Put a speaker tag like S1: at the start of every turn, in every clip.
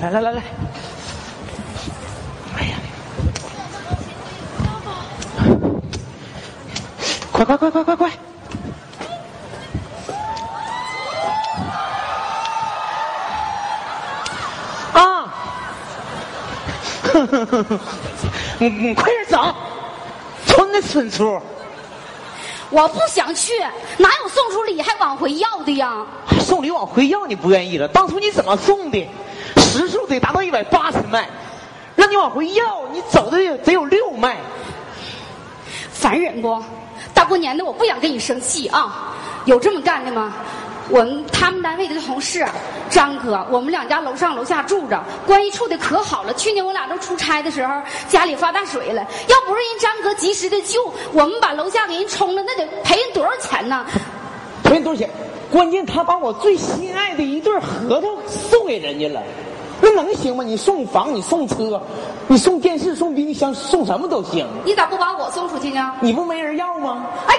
S1: 来来来来，哎呀，快快快快快快！啊！ 你你嗯快点走，村的村出，
S2: 我不想去，哪有送出礼还往回要的呀？
S1: 哎送礼往回要你不愿意了。当初你怎么送的？时速得达到一百八十迈，让你往回要，你走的得有六迈。
S2: 烦人不？大过年的，我不想跟你生气啊！有这么干的吗？我们他们单位的同事张哥，我们两家楼上楼下住着，关系处的可好了。去年我俩都出差的时候，家里发大水了，要不是人张哥及时的救，我们把楼下给人冲了，那得赔人多少钱呢？
S1: 赔人多少钱？关键他把我最心爱的一对核桃送给人家了，那能行吗？你送房，你送车，你送电视，送冰箱，送什么都行。
S2: 你咋不把我送出去呢？
S1: 你不没人要吗？
S2: 哎，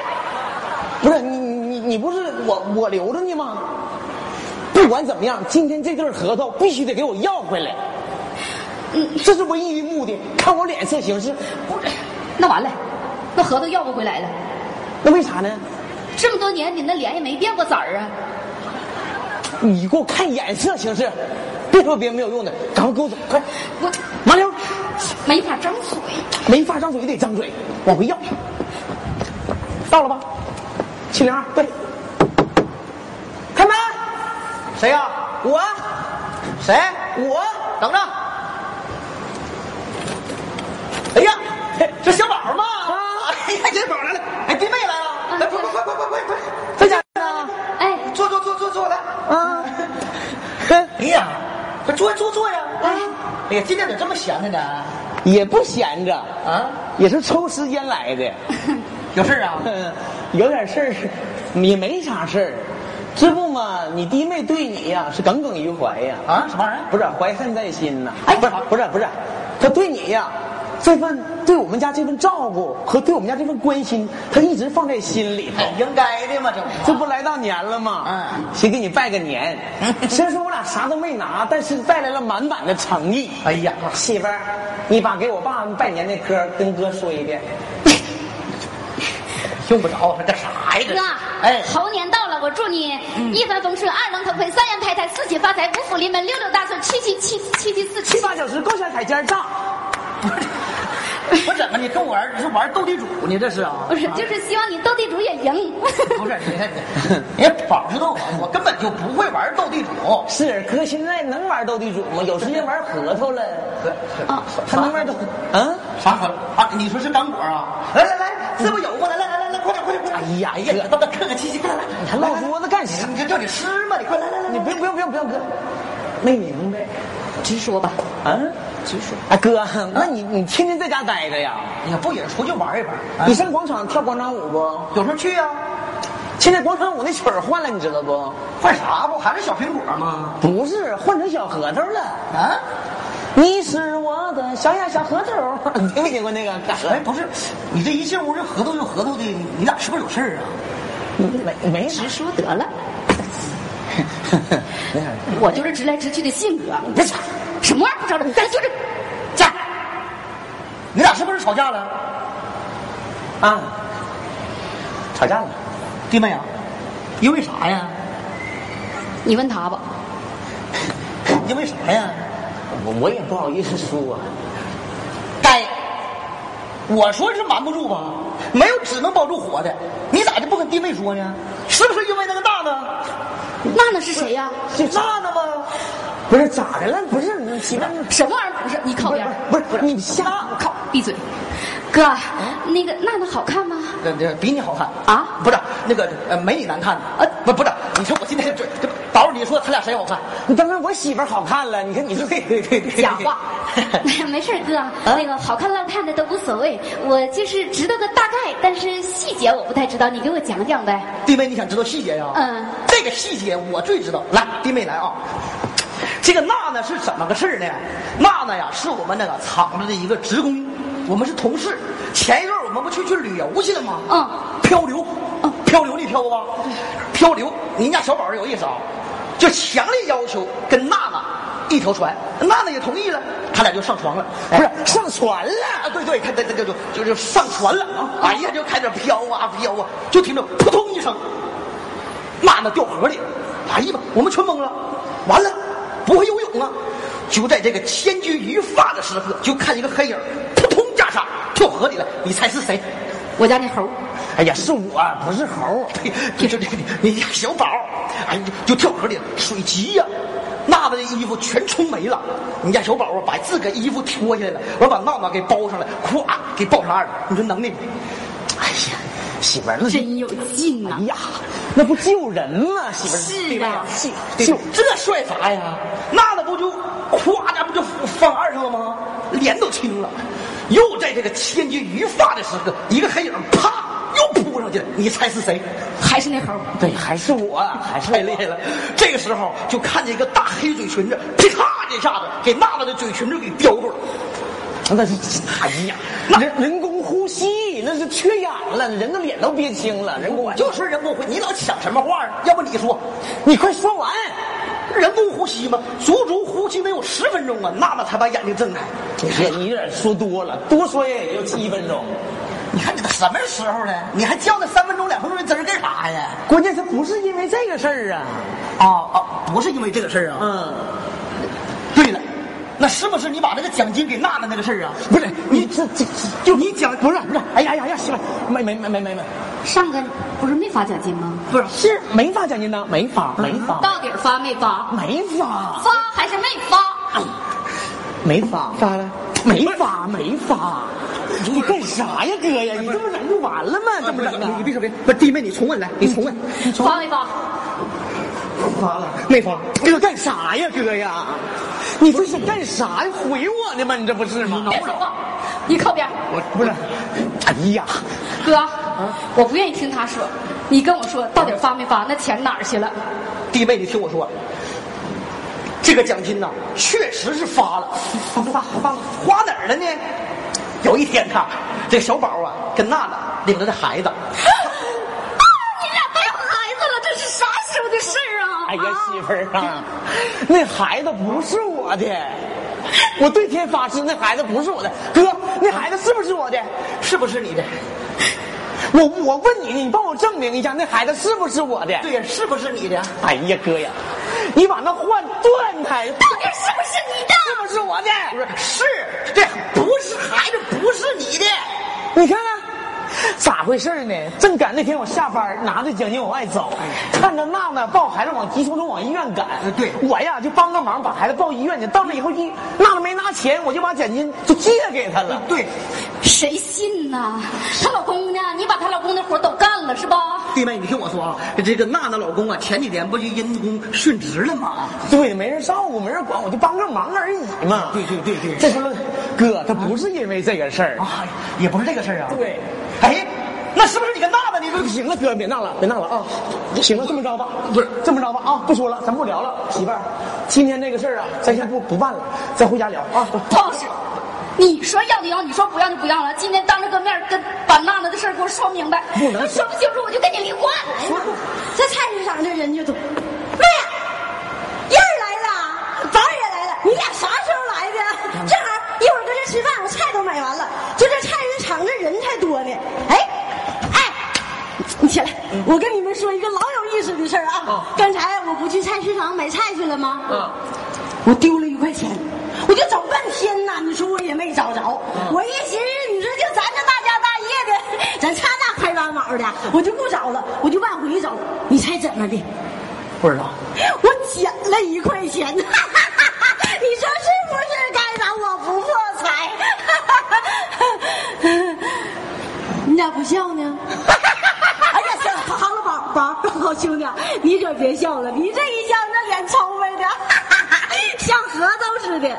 S1: 不是你你你不是我我留着呢吗？不管怎么样，今天这对核桃必须得给我要回来。嗯，这是唯一的目的。看我脸色行事，
S2: 不是，那完了，那合同要不回来了。
S1: 那为啥呢？
S2: 这么多年，你那脸也没变过色儿啊！
S1: 你给我看眼色行事，别说别人没有用的，赶快给我走，快！
S2: 我
S1: 麻溜，
S2: 没法张嘴。
S1: 没法张嘴得张嘴，往回要。到了吧？七零二，对。开门！
S3: 谁呀、
S1: 我，
S3: 谁？
S1: 我，
S3: 等着。哎呀，这小宝嘛！
S1: 啊
S3: 哎呀，小宝来了！哎，弟妹来了！哎，快快快快快快快！
S1: 在家呢。
S2: 哎，
S3: 坐坐坐坐坐来！
S1: 啊， 哼
S3: 哎呀，快坐坐坐呀！
S2: 哎，
S3: 哎呀，今天咋这么闲的呢？
S1: 也不闲着，
S3: 啊，
S1: 也是抽时间来的。
S3: 有事儿啊？
S1: 哼有点事儿，也没啥事儿，这不嘛，你弟妹对你呀、是耿耿于怀呀、
S3: 啊，什么玩意儿？
S1: 不是怀恨在心呐、
S3: 哎
S1: 不是不是不是，他对你呀、这份对我们家这份照顾和对我们家这份关心，他一直放在心里头
S3: 哎。应该的嘛，这不
S1: 这不来到年了吗？
S3: 嗯，
S1: 先给你拜个年。虽然说我俩啥都没拿，但是带来了满满的诚意。
S3: 哎呀，
S1: 媳妇儿，你把给我爸拜年那歌跟哥说一遍。
S3: 用不着这干啥呀？这
S2: 哥
S3: 是，哎，
S2: 啊猴年到了，我祝你一帆风顺，二龙腾飞，三羊抬泰，四喜发财，五福临门，六六大顺，七七七七七四
S1: 七
S2: 七。
S1: 八小时够下台阶儿上。
S3: 我怎么你跟我玩你是玩斗地主呢？这是啊？
S2: 不是，就是希望你斗地主也赢。
S3: 不是，你哎看你，你看宝知道我，我根本就不会玩斗 地主。
S1: 是哥，现在能玩斗地主吗？有时间玩核桃了，
S2: 啊，
S1: 还能玩斗？啊？
S3: 啥核桃啊？你说是干果啊？来来来，这不有吗？来来来来来，快点快点快点！哎呀哎呀，你到那客客气气，快来来，
S1: 你还落桌子干啥？
S3: 你这叫你吃吗？你快来来来，
S1: 你不用不用不用不用，哥，没明白
S2: 直说吧，
S1: 啊？
S2: 直说。
S1: 啊哥，那你你天天在家待着呀？
S3: 你哎不也出去玩一玩？
S1: 你上广场跳广场舞不？
S3: 有时候去啊？
S1: 现在广场舞那曲儿换了，你知道不？
S3: 换啥不？还是小苹果吗？
S1: 不是，换成小核桃了。
S3: 啊？
S1: 你是我的小呀小核桃，你听没听过那个？
S3: 哎，不是，你这一进屋就核桃就核桃的，你俩是不是有事儿啊？
S1: 没没啥，
S2: 直说得了，我就是直来直去的性格。
S1: 别吵，
S2: 什么玩意儿不着咱就是，这样
S3: 你俩是不是吵架了？
S1: 啊，吵架了。
S3: 弟妹啊，因为啥呀？
S2: 你问他吧。
S3: 因为啥呀？
S1: 我我也不好意思说、
S3: 该。我说是瞒不住吧，没有只能保住活的，你咋就不跟弟妹说呢？是不是因为那个大呢？
S2: 娜娜是谁呀、
S1: 这
S3: 那呢吗？
S1: 不是咋的了？不是媳妇儿，
S2: 什么玩意儿不是？你靠边儿。
S1: 不是不是你瞎
S2: 靠，闭嘴。哥，那个娜娜好看吗？
S3: 这这比你好看
S2: 啊？
S3: 不是那个呃，没你难看的。呃，不不是，你说我今天这这宝儿，你说他俩谁好看？
S1: 你当然我媳妇儿好看了，你看你说对对对对，
S2: 假话。 没事儿，哥，那个好看烂看的都无所谓，我就是知道个大概，但是细节我不太知道，你给我讲讲呗。
S3: 弟妹，你想知道细节呀？
S2: 嗯
S3: 这个细节我最知道。来，弟妹来啊。这个娜娜是怎么个事儿呢？娜娜呀，是我们那个厂子的一个职工，我们是同事。前一段我们不去去旅游去了吗？
S2: 嗯
S3: 漂流，
S1: 嗯
S3: 漂流你漂过吧？漂流，你家小宝儿有意思啊，就强烈要求跟娜娜一条船。娜娜也同意了，他俩就上床了。
S1: 不
S3: 哎
S1: 是上船
S3: 啊，
S1: 了，
S3: 对对，他他他就就就就上船了啊！哎呀，就开始飘啊飘啊，就听着扑通一声，娜娜掉河里了。哎呀妈，我们全懵了，完了，不会游泳啊！就在这个千钧一发的时刻，就看一个黑影扑通架上跳河里了。你猜是谁？
S2: 我家那猴儿，
S1: 哎呀，是我
S3: 啊
S1: 不是 猴，
S3: 这这这你家小宝，哎，就就跳河里了，水急呀、娜娜的衣服全冲没了。你家小宝啊，把自个衣服脱下来了，我把娜娜给包上来，咵给抱上岸了。你说能耐不？
S1: 哎呀，媳妇儿那
S2: 真有劲呐、
S1: 哎呀，那不救人吗？媳妇儿
S2: 是啊，
S1: 救
S3: 就
S1: 救
S3: 这帅啥呀？娜娜不就咵，咱不就放岸上了吗？脸都青了。又在这个千钧一发的时刻，一个黑影啪又扑上去了。你猜是谁？
S2: 还是那猴儿。
S1: 对，还是我，还是
S3: 太厉害了！这个时候就看见一个大黑嘴唇子，噼嚓一下子给娜娜的嘴唇子给叼住了。
S1: 那是，哎呀，人人工呼吸那是缺氧了，人的脸都憋青了，人工
S3: 我就说人工呼，你老抢什么话啊？要不你说，
S1: 你快说完，
S3: 人工呼吸吗？足足呼吸能有十分钟啊，娜娜才把眼睛睁开。
S1: 你这你有点说多了，多说也就七分钟，
S3: 你看你都什么时候了？你还叫那三分钟、两分钟的针儿干啥呀？
S1: 关键他不是因为这个事儿啊，
S3: 啊啊，不是因为这个事儿啊。
S1: 嗯，
S3: 对了，那是不是你把这个奖金给娜娜那个事儿啊？
S1: 不是你这这
S3: 就你讲
S1: 不是不是，哎呀呀呀，媳妇儿没没没没没没，
S2: 上个不是没发奖金吗？
S3: 不是
S1: 是没发奖金呢，没发没发
S2: 到底儿发没发？啊
S1: 没发
S2: 发还是没发？
S1: 没发发了没发没发，你干啥呀哥呀？你这不整就完了吗？这不整啊？嗯
S3: 你别说别，不是弟妹，你重问来，你重问，
S2: 发没发？
S1: 发了。
S3: 没发。
S1: 哥干啥呀，哥呀？你这是干啥呀？回我呢吗？你这不是吗？
S2: 别说话，你靠边儿。
S1: 我不是，哎呀，
S2: 哥，啊我不愿意听他说，你跟我说到底儿发没发？那钱哪儿去了？
S3: 弟妹，你听我说，这个奖金呐、确实是发了，发发发了，花哪儿了呢？有一天呐，这个小宝啊，跟娜娜领着这孩子，
S2: 啊，你俩都有孩子了，这是啥时候的事儿啊？
S1: 哎呀，媳妇儿啊，那孩子不是我的，我对天发誓，那孩子不是我的。哥，那孩子是不是我的？
S3: 是不是你的？
S1: 我我问你，你帮我证明一下，那孩子是不是我的？
S3: 对呀，是不是你的？
S1: 哎呀，哥呀，你把那换断开，
S2: 到底儿是不是你的？
S1: 是不是我的？
S3: 不是，是这不是孩子，不是你的。
S1: 你看看。咋回事呢？正赶那天我下班，拿着奖金往外走，
S3: 哎
S1: 看着娜娜抱孩子往急匆匆往医院赶。
S3: 对
S1: 我呀就帮个忙，把孩子抱医院去。到那以后，一娜娜没拿钱，我就把奖金就借给她了。
S3: 对，
S2: 谁信呐？她老公呢？你把她老公的活儿都干了是吧？
S3: 弟妹，你听我说啊，这个娜娜老公啊，前几年不就因公殉职了吗？
S1: 对，没人照顾，没人管，我就帮个忙而已嘛。
S3: 对对对对
S1: 这时候，哥，他不是因为这个事儿。
S3: 啊，也不是这个事儿啊。
S1: 对，
S3: 哎，那是不是你跟娜娜？你不
S1: 行了，哥，别闹了，别闹了啊！行了，这么着吧，
S3: 不是
S1: 这么着吧啊！不说了，咱不聊了，媳妇儿，今天这个事儿啊，咱先不不办了，咱回家聊啊。
S2: 不是，你说要就要，你说不要就不要了。今天当着哥面儿跟把娜娜的事儿给我说明白，
S1: 不能
S2: 说不清楚我就跟你离婚。
S4: 这菜市场这人就多。妹，燕儿来了，宝儿也来了，你俩啥时候来的？正好一会儿搁这吃饭，我菜都买完了。就这菜市场这人太多呢。哎，哎，你起来，我跟你们说一个老有意思的事儿啊。刚才我不去菜市场买菜去了吗？
S1: 嗯
S4: 我丢了一块钱，我就找半天呐，你说我也没找着。
S1: 嗯
S4: 我一寻思，你说就咱这大家大业的， 咱差那块 八毛的，我就不找了，我就往回找。你猜怎么的？
S1: 不知道。
S4: 我捡了一块钱， 你说是不是该打我不破 财？你咋不笑呢？ 哎呀，行，好了，宝宝， 好兄弟，啊你可别笑了，你这一笑，那脸抽呗的， 像核桃似的。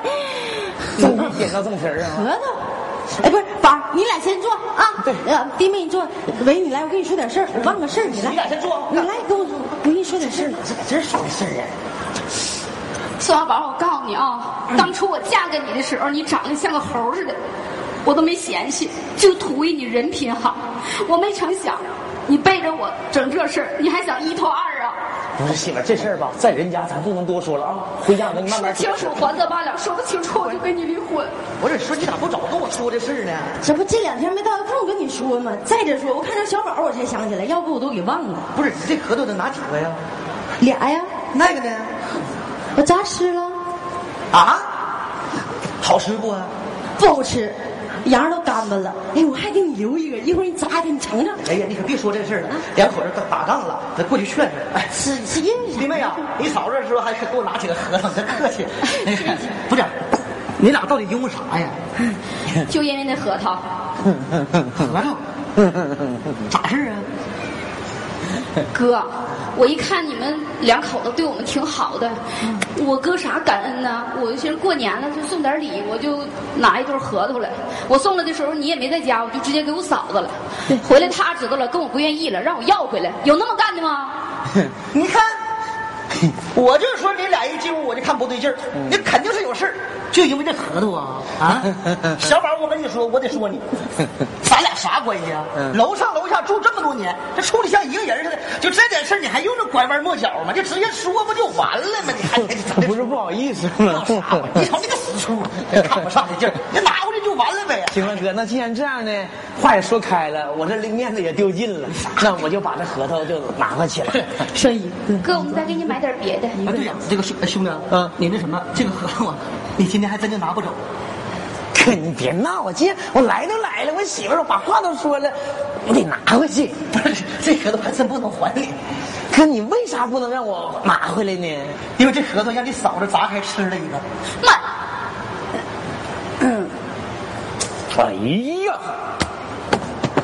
S1: 终于点到正题儿啊！
S4: 核桃？哎，不是，宝儿，你俩先坐啊。
S1: 对
S4: 呃，弟妹你坐。喂，你来，我跟你说点事儿，我忘个事儿，你来。
S3: 你俩先坐啊
S4: 你来跟我，我跟你说点事儿。
S3: 是在这说的事儿啊？
S2: 宋小宝，我告诉你啊，
S1: 嗯
S2: 当初我嫁给你的时候，你长得像个猴似的，我都没嫌弃，就图一你人 品好。我没成想，你背着我整这事儿，你还想一拖二啊？
S1: 不是媳妇儿，这事儿吧，在人家咱不能多说了啊。回家我跟你慢慢解
S2: 清
S1: 释
S2: 楚还则罢了，说不清楚我就跟你 离婚。
S3: 不是，说你咋不早跟我说这事儿呢？
S4: 这不这两天没到有空跟你说吗？再者说，我看着小宝我才想起来，要不我都给忘了。
S3: 不是，你这合同能拿几个啊呀？
S4: 俩呀，
S3: 那个呢？
S4: 我咋吃了？
S3: 啊？好吃不啊？
S4: 不好吃，瓤儿都干巴了。哎，我还给你留一个，一会儿你砸开你尝尝。
S3: 哎呀，你可别说这事儿了，两口子打打仗了，咱过去劝劝。哎，
S4: 是是因为啥？
S3: 弟妹啊，你嫂这时候还给我拿几个合同，咱客气。哎呀，不是，你俩到底因为啥呀？
S2: 就因为那核桃，
S3: 合同？咋事儿啊？
S2: 哥，我一看你们两口子对我们挺好的，我哥啥感恩呢？我就寻思过年了就送点礼，我就拿一对核桃来。我送了的时候你也没在家，我就直接给我嫂子了。回来她知道了，跟我不愿意了，让我要回来，有那么干的吗？
S3: 你看，我就说你俩一进屋我就看不对劲儿，
S1: 嗯
S3: 你肯定是有事儿，就因为这合同啊啊！ 小宝，我跟你说，我得说你，咱俩啥关系啊？
S1: 嗯
S3: 楼上楼下住这么多年，这处的像一个人似的，就这点事儿你还用着拐弯抹角吗？就直接说不就完了吗？你还你咋
S1: 不是不好意思吗？
S3: 你瞅你个死出，看不上这劲儿，你拿回来就完 了呗。
S1: 行了，哥，那既然这样呢，话也说开了，我这面子也丢尽了，那我就把这核桃就拿回 去了。
S4: 剩一个。
S2: 哥，我们再给你买点别的。
S3: 哎，对呀、这个兄哎兄弟，
S1: 嗯
S3: 你那什么，这个合同啊，你今天还真就拿不走。
S1: 哥， 你别闹啊！今天我来都来了，我媳妇儿把话都说了，我得拿回去。
S3: 不是，这合同还真不能还你。
S1: 哥，你为啥不能让我拿回来呢？
S3: 因为这核桃让你嫂子砸开吃了一个，
S2: 妈，
S1: 哎呀，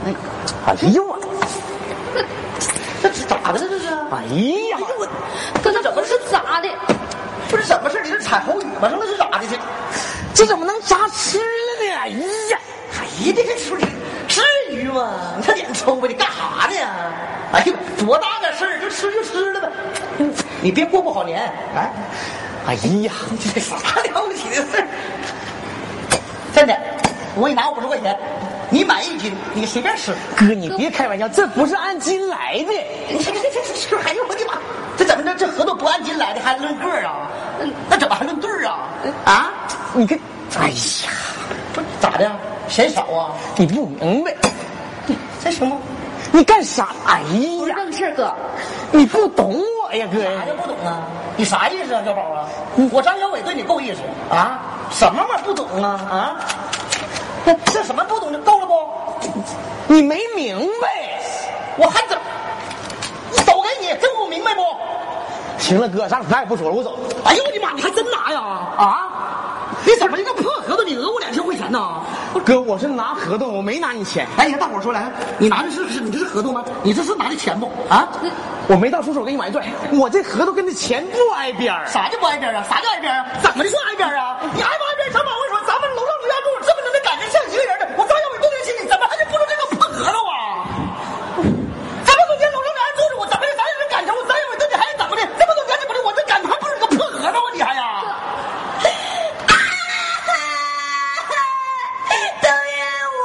S1: 哎呀我，
S3: 这咋的了？这是？
S1: 哎呀，
S2: 哥，那不是砸的，
S3: 不是什么事儿你这踩猴尾巴上了是咋的？这，
S1: 这怎么能砸吃了呢？哎呀，
S3: 哎呀，这这出至于吗？你这脸抽吧，你干啥呢？哎呀，多大点事儿，就吃就吃了呗。哎你别过不好年，哎，
S1: 哎呀，
S3: 这啥了不起的事儿？真的，我给你拿五十块钱，你买一斤，你随便吃。
S1: 哥，你别开玩笑，这不是按斤来的。
S3: 你这这这这这，哎呦我的妈！这怎么这这合同不按斤来的还论个儿啊？那怎么还论对儿啊？啊？
S1: 你看，哎呀，
S3: 不是咋的？嫌少啊？
S1: 你不明白，
S3: 这行吗？
S1: 你干啥？哎
S2: 不是
S1: 呀，
S2: 正事儿哥。
S1: 你不懂我呀，哥
S3: 啥叫不懂啊？你啥意思啊，小宝啊？我张小伟对你够意思啊？什么玩意儿不懂啊？啊？这这什么不懂？这够了不？
S1: 你没明白。
S3: 我还怎么？手给你，这我明白不？
S1: 行了，哥，咱咱也不说了，我走。
S3: 哎呦我的妈！你还真拿呀？啊？你怎么一个破合同，你讹我两千块钱呢？
S1: 哥，我是拿合同，我没拿你钱，
S3: 哎，你看大伙儿说来，你拿的是是你这是合同吗？你这是拿的钱不？啊？
S1: 我没到出手给你买断，我这合同跟这钱不挨边儿。
S3: 啥叫不挨边啊？啥叫挨边啊？怎么的算挨边啊？你挨不挨边？小马我跟你说，咱们楼上楼下住这么多人，感情像一个人的，我张小伟都联系你，怎么还就不能这个破核桃啊？这么多年楼上楼下住着我，怎么的？咱有这感情，我张小伟对你还是怎么的？这么多年怎么的？我这感情还不是个破核桃啊？你还呀？
S4: 都怨我，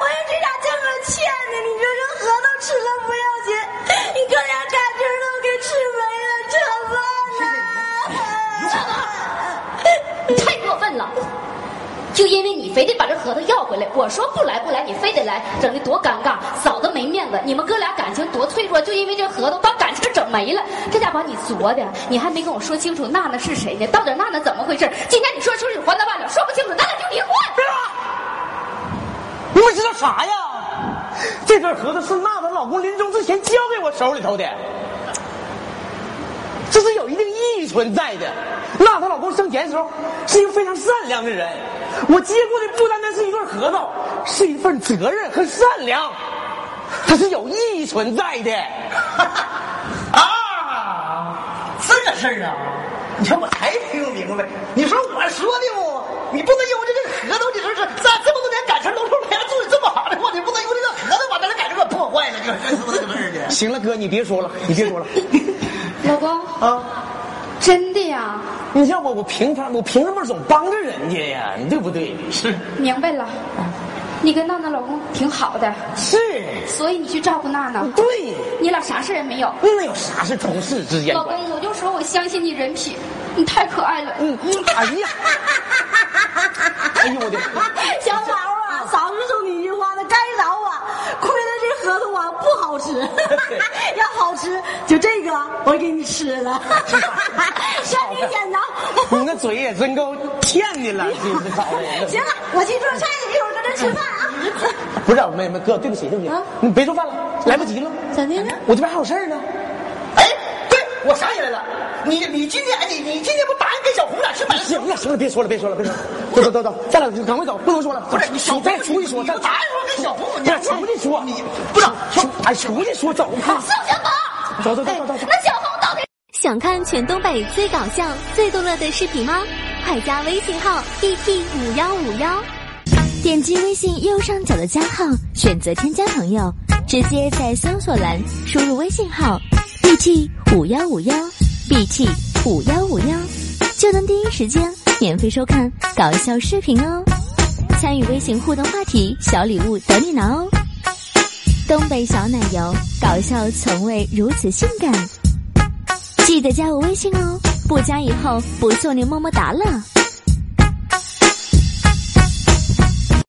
S4: 我也是咋这么欠的？你说这核桃吃了不要紧，你哥俩感情都给吃没了，怎么
S2: 你
S4: 办
S2: 太过分了！就因为你非得把这核桃要回来，我说不来不来，你非得来，整的多尴尬，嫂子没面子，你们哥俩感情多脆弱，就因为这核桃把感情整没了，这家把你作的，你还没跟我说清楚娜娜是谁呢？到底娜娜怎么回事？今天你说出去还则罢了，说不清楚，咱俩就离婚。
S1: 你们知道啥呀？这对合同是娜娜老公临终之前交给我手里头的，这是有一定意义存在的。娜她老公生前的时候是一个非常善良的人，我接过的不单单是一对合同，是一份责任和善良，它是有意义存在的。
S3: 啊，这个事儿啊，你看我才听明白。你说我说的不？你不能因为这个合同，你说是咱这么多年感情都说俩住的这么好的话，你不能因为这个合同把咱的感情给破坏了，就是这个事儿呢。
S1: 行了，哥，你别说了，你别说了。
S2: 老公，
S1: 啊，
S2: 真的呀，
S1: 你像我，我凭他，我凭什么总帮着人家呀？你对不对？是，
S2: 明白了，你跟娜娜老公挺好的，
S1: 是，
S2: 所以你去照顾娜娜，
S1: 对，
S2: 你俩啥事也没有。
S1: 那有啥是同事之间
S2: 老
S1: 关系？
S2: 公，我就说我相信你人品，你太可爱了。
S1: 嗯嗯，哎呀，哎呦我的，
S4: 小嫂啊，嫂子送你一句话，那该着啊，亏了这核桃啊不好 吃，要好吃就这个我给你吃了， 上你剪 刀。
S1: 你那嘴也真够骗的了，这找的人。
S4: 行了，我去做菜去，一会儿搁这吃饭啊。
S1: 不是妹妹哥，对不起对不起
S4: 啊，
S1: 你别做饭了，来不及了，
S4: 咋的呢？
S1: 我这边还有事儿呢。
S3: 哎，对，我想起来了，你你今天哎你你今天不答应跟小红俩去买？
S1: 哎行了行了，别说了别说了别说了，等等等等，咱俩赶快走，不能说了。
S3: 不是你小
S1: 你再出去说，
S3: 你
S1: 咱
S3: 不答应说跟小红，
S1: 不
S3: 你
S1: 是出去说，
S3: 你
S1: 不是出哎出去说走，
S4: 宋小宝，
S1: 走走走走走走。
S4: 那小红到底？
S5: 想看全东北最搞笑、最逗乐的视频吗？快加微信号 b p 五幺五幺，点击微信右上角的加号，选择添加朋友，直接在搜索栏输入微信号 b t 五幺五幺 b t 五幺五幺，就能第一时间免费收看搞笑视频哦。参与微信互动话题，小礼物等你拿哦！东北小奶油，搞笑从未如此性感。记得加我微信哦，不加以后不送你么么哒了。